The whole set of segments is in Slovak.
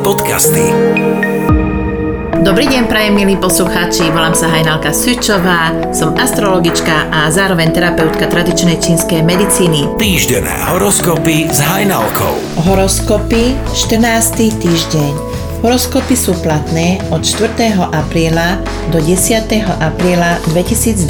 podcasty. Dobrý deň, prajem milí poslucháči, volám sa Hajnalka Sučová, som astrologička a zároveň terapeutka tradičnej čínskej medicíny. Týždené horoskopy s Hajnalkou. Horoskopy 14. týždeň. Horoskopy sú platné od 4. apríla do 10. apríla 2022.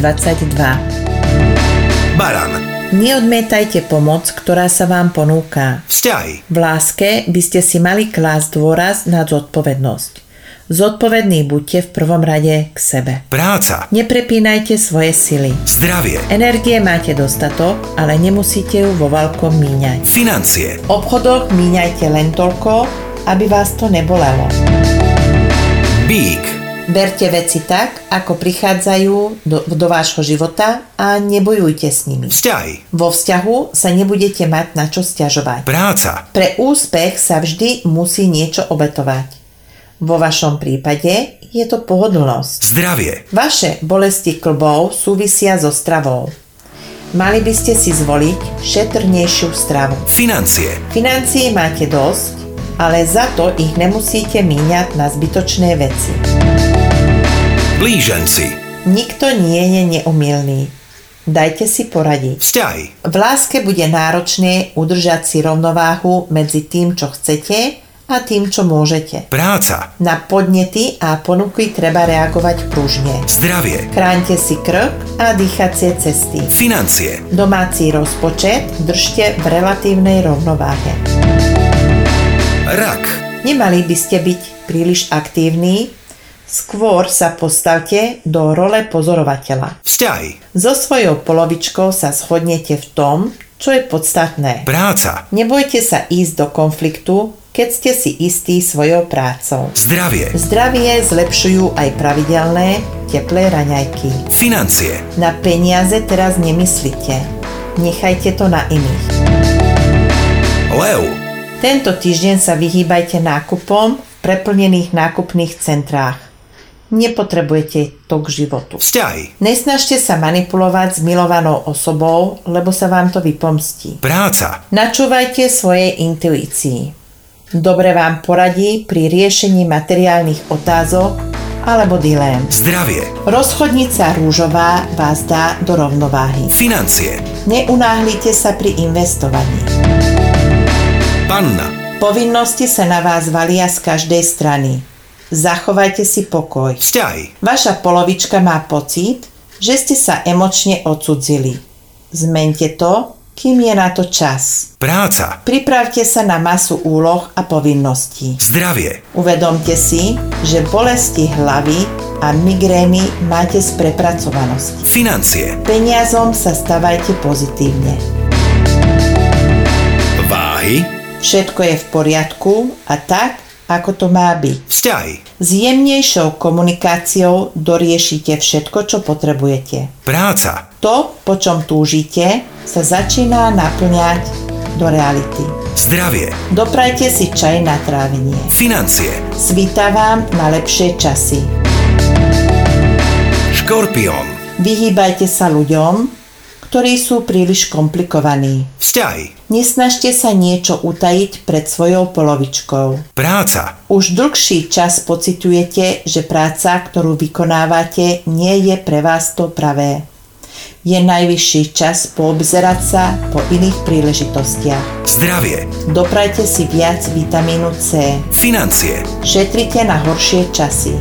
Baran. Neodmietajte pomoc, ktorá sa vám ponúka. Vzťahy. V láske by ste si mali klásť dôraz na zodpovednosť. Zodpovední buďte v prvom rade k sebe. Práca. Neprepínajte svoje sily. Zdravie. Energie máte dostatok, ale nemusíte ju vo veľkom míňať. Financie. V obchodoch míňajte len toľko, aby vás to nebolelo. Bík. Berte veci tak, ako prichádzajú do, do vášho života a nebojujte s nimi. Vzťahy. Vo vzťahu sa nebudete mať na čo stiažovať. Práca. Pre úspech sa vždy musí niečo obetovať. Vo vašom prípade je to pohodlnosť. Zdravie. Vaše bolesti klbov súvisia so stravou. Mali by ste si zvoliť šetrnejšiu stravu. Financie. Financie máte dosť, ale za to ich nemusíte míňať na zbytočné veci. Blíženci. Nikto nie je neumilný. Dajte si poradiť. Vzťahy. V láske bude náročné udržať si rovnováhu medzi tým, čo chcete a tým, čo môžete. Práca. Na podnety a ponuky treba reagovať pružne. Zdravie. Chránte si krk a dýchacie cesty. Financie. Domáci rozpočet držte v relatívnej rovnováhe. Rak. Nemali by ste byť príliš aktívni, skôr sa postavte do role pozorovateľa. Vzťahy. So svojou polovičkou sa shodnete v tom, čo je podstatné. Práca. Nebojte sa ísť do konfliktu, keď ste si istí svojou prácou. Zdravie. Zdravie zlepšujú aj pravidelné teplé raňajky. Financie. Na peniaze teraz nemyslite. Nechajte to na iných. Lev. Tento týždeň sa vyhýbajte nákupom v preplnených nákupných centrách. Nepotrebujete to k životu. Vzťahy. Nesnažte sa manipulovať s milovanou osobou, lebo sa vám to vypomstí. Práca. Načúvajte svojej intuícii. Dobre vám poradí pri riešení materiálnych otázok alebo dilém. Zdravie. Rozchodnica rúžová vás dá do rovnováhy. Financie. Neunáhlite sa pri investovaní. Panna. Povinnosti sa na vás valia z každej strany. Zachovajte si pokoj. Vzťahy. Vaša polovička má pocit, že ste sa emočne odsudzili. Zmente to, kým je na to čas. Práca. Pripravte sa na masu úloh a povinností. Zdravie. Uvedomte si, že bolesti hlavy a migrény máte z prepracovanosti. Financie. Peniazom sa stavajte pozitívne. Váhy. Všetko je v poriadku a tak, ako to má byť. Vzťahy. S jemnejšou komunikáciou doriešite všetko, čo potrebujete. Práca. To, po čom túžite, sa začína naplňať do reality. Zdravie. Doprajte si čaj na trávenie. Financie. Svíta vám na lepšie časy. Škorpión. Vyhýbajte sa ľuďom, ktorí sú príliš komplikovaní. Vzťahy. Nesnažte sa niečo utajiť pred svojou polovičkou. Práca. Už dlhší čas pociťujete, že práca, ktorú vykonávate, nie je pre vás to pravé. Je najvyšší čas poobzerať sa po iných príležitostiach. Zdravie. Doprajte si viac vitamínu C. Financie. Šetrite na horšie časy.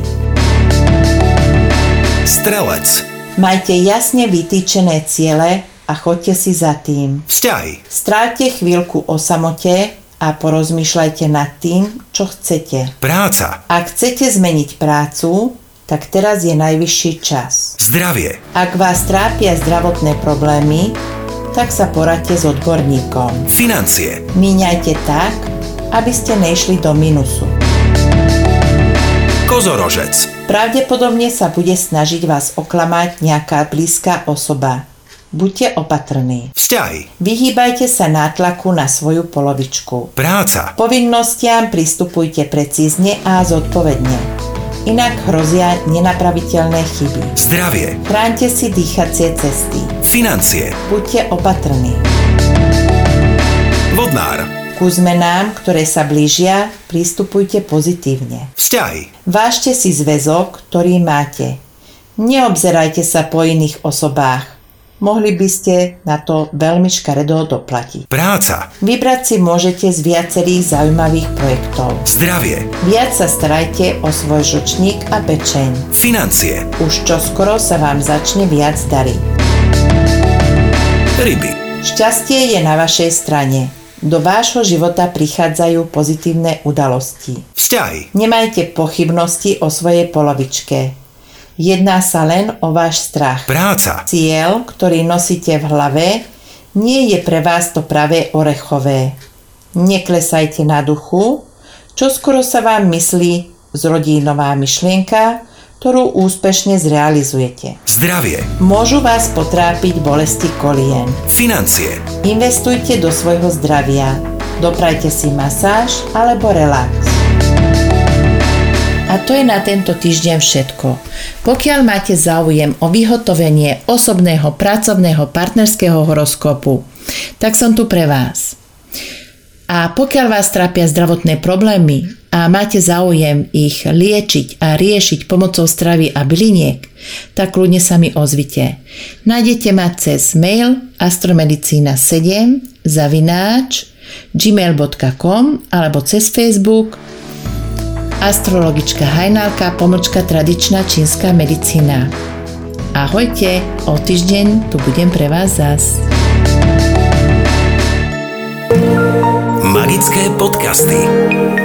Strelec. Majte jasne vytýčené ciele a choďte si za tým. Vzťahy. Strávte chvíľku o samote a porozmýšľajte nad tým, čo chcete. Práca. Ak chcete zmeniť prácu, tak teraz je najvyšší čas. Zdravie. Ak vás trápia zdravotné problémy, tak sa poradte s odborníkom. Financie. Míňajte tak, aby ste nešli do minusu. Kozorožec. Pravdepodobne sa bude snažiť vás oklamať nejaká blízka osoba. Buďte opatrní. Vzťahy. Vyhýbajte sa nátlaku na svoju polovičku. Práca. Povinnostiam pristupujte precízne a zodpovedne. Inak hrozia nenapraviteľné chyby. Zdravie. Chránte si dýchacie cesty. Financie. Buďte opatrní. Vodnár. K ku zmenám, ktoré sa blížia, prístupujte pozitívne. Vzťahy. Vážte si zväzok, ktorý máte. Neobzerajte sa po iných osobách. Mohli by ste na to veľmi škaredo doplatiť. Práca. Vybrať si môžete z viacerých zaujímavých projektov. Zdravie. Viac sa starajte o svoj žočník a pečeň. Financie. Už čoskoro sa vám začne viac dariť. Ryby. Šťastie je na vašej strane. Do vášho života prichádzajú pozitívne udalosti. Vzťahy. Nemajte pochybnosti o svojej polovičke. Jedná sa len o váš strach. Práca. Ciel, ktorý nosíte v hlave, nie je pre vás to pravé orechové. Neklesajte na duchu, čo skoro sa vám myslí, zrodí nová myšlienka, ktorú úspešne zrealizujete. Zdravie. Môžu vás potrápiť bolesti kolien. Financie. Investujte do svojho zdravia. Doprajte si masáž alebo relax. A to je na tento týždeň všetko. Pokiaľ máte záujem o vyhotovenie osobného, pracovného, partnerského horoskopu, tak som tu pre vás. A pokiaľ vás trápia zdravotné problémy a máte záujem ich liečiť a riešiť pomocou stravy a byliniek, tak kľudne sa mi ozvite. Nájdete ma cez mail astromedicina7 zavináč gmail.com alebo cez Facebook astrologička Hajnalka pomočka tradičná čínska medicína. Ahojte, o týždeň tu budem pre vás zas. Magické podcasty.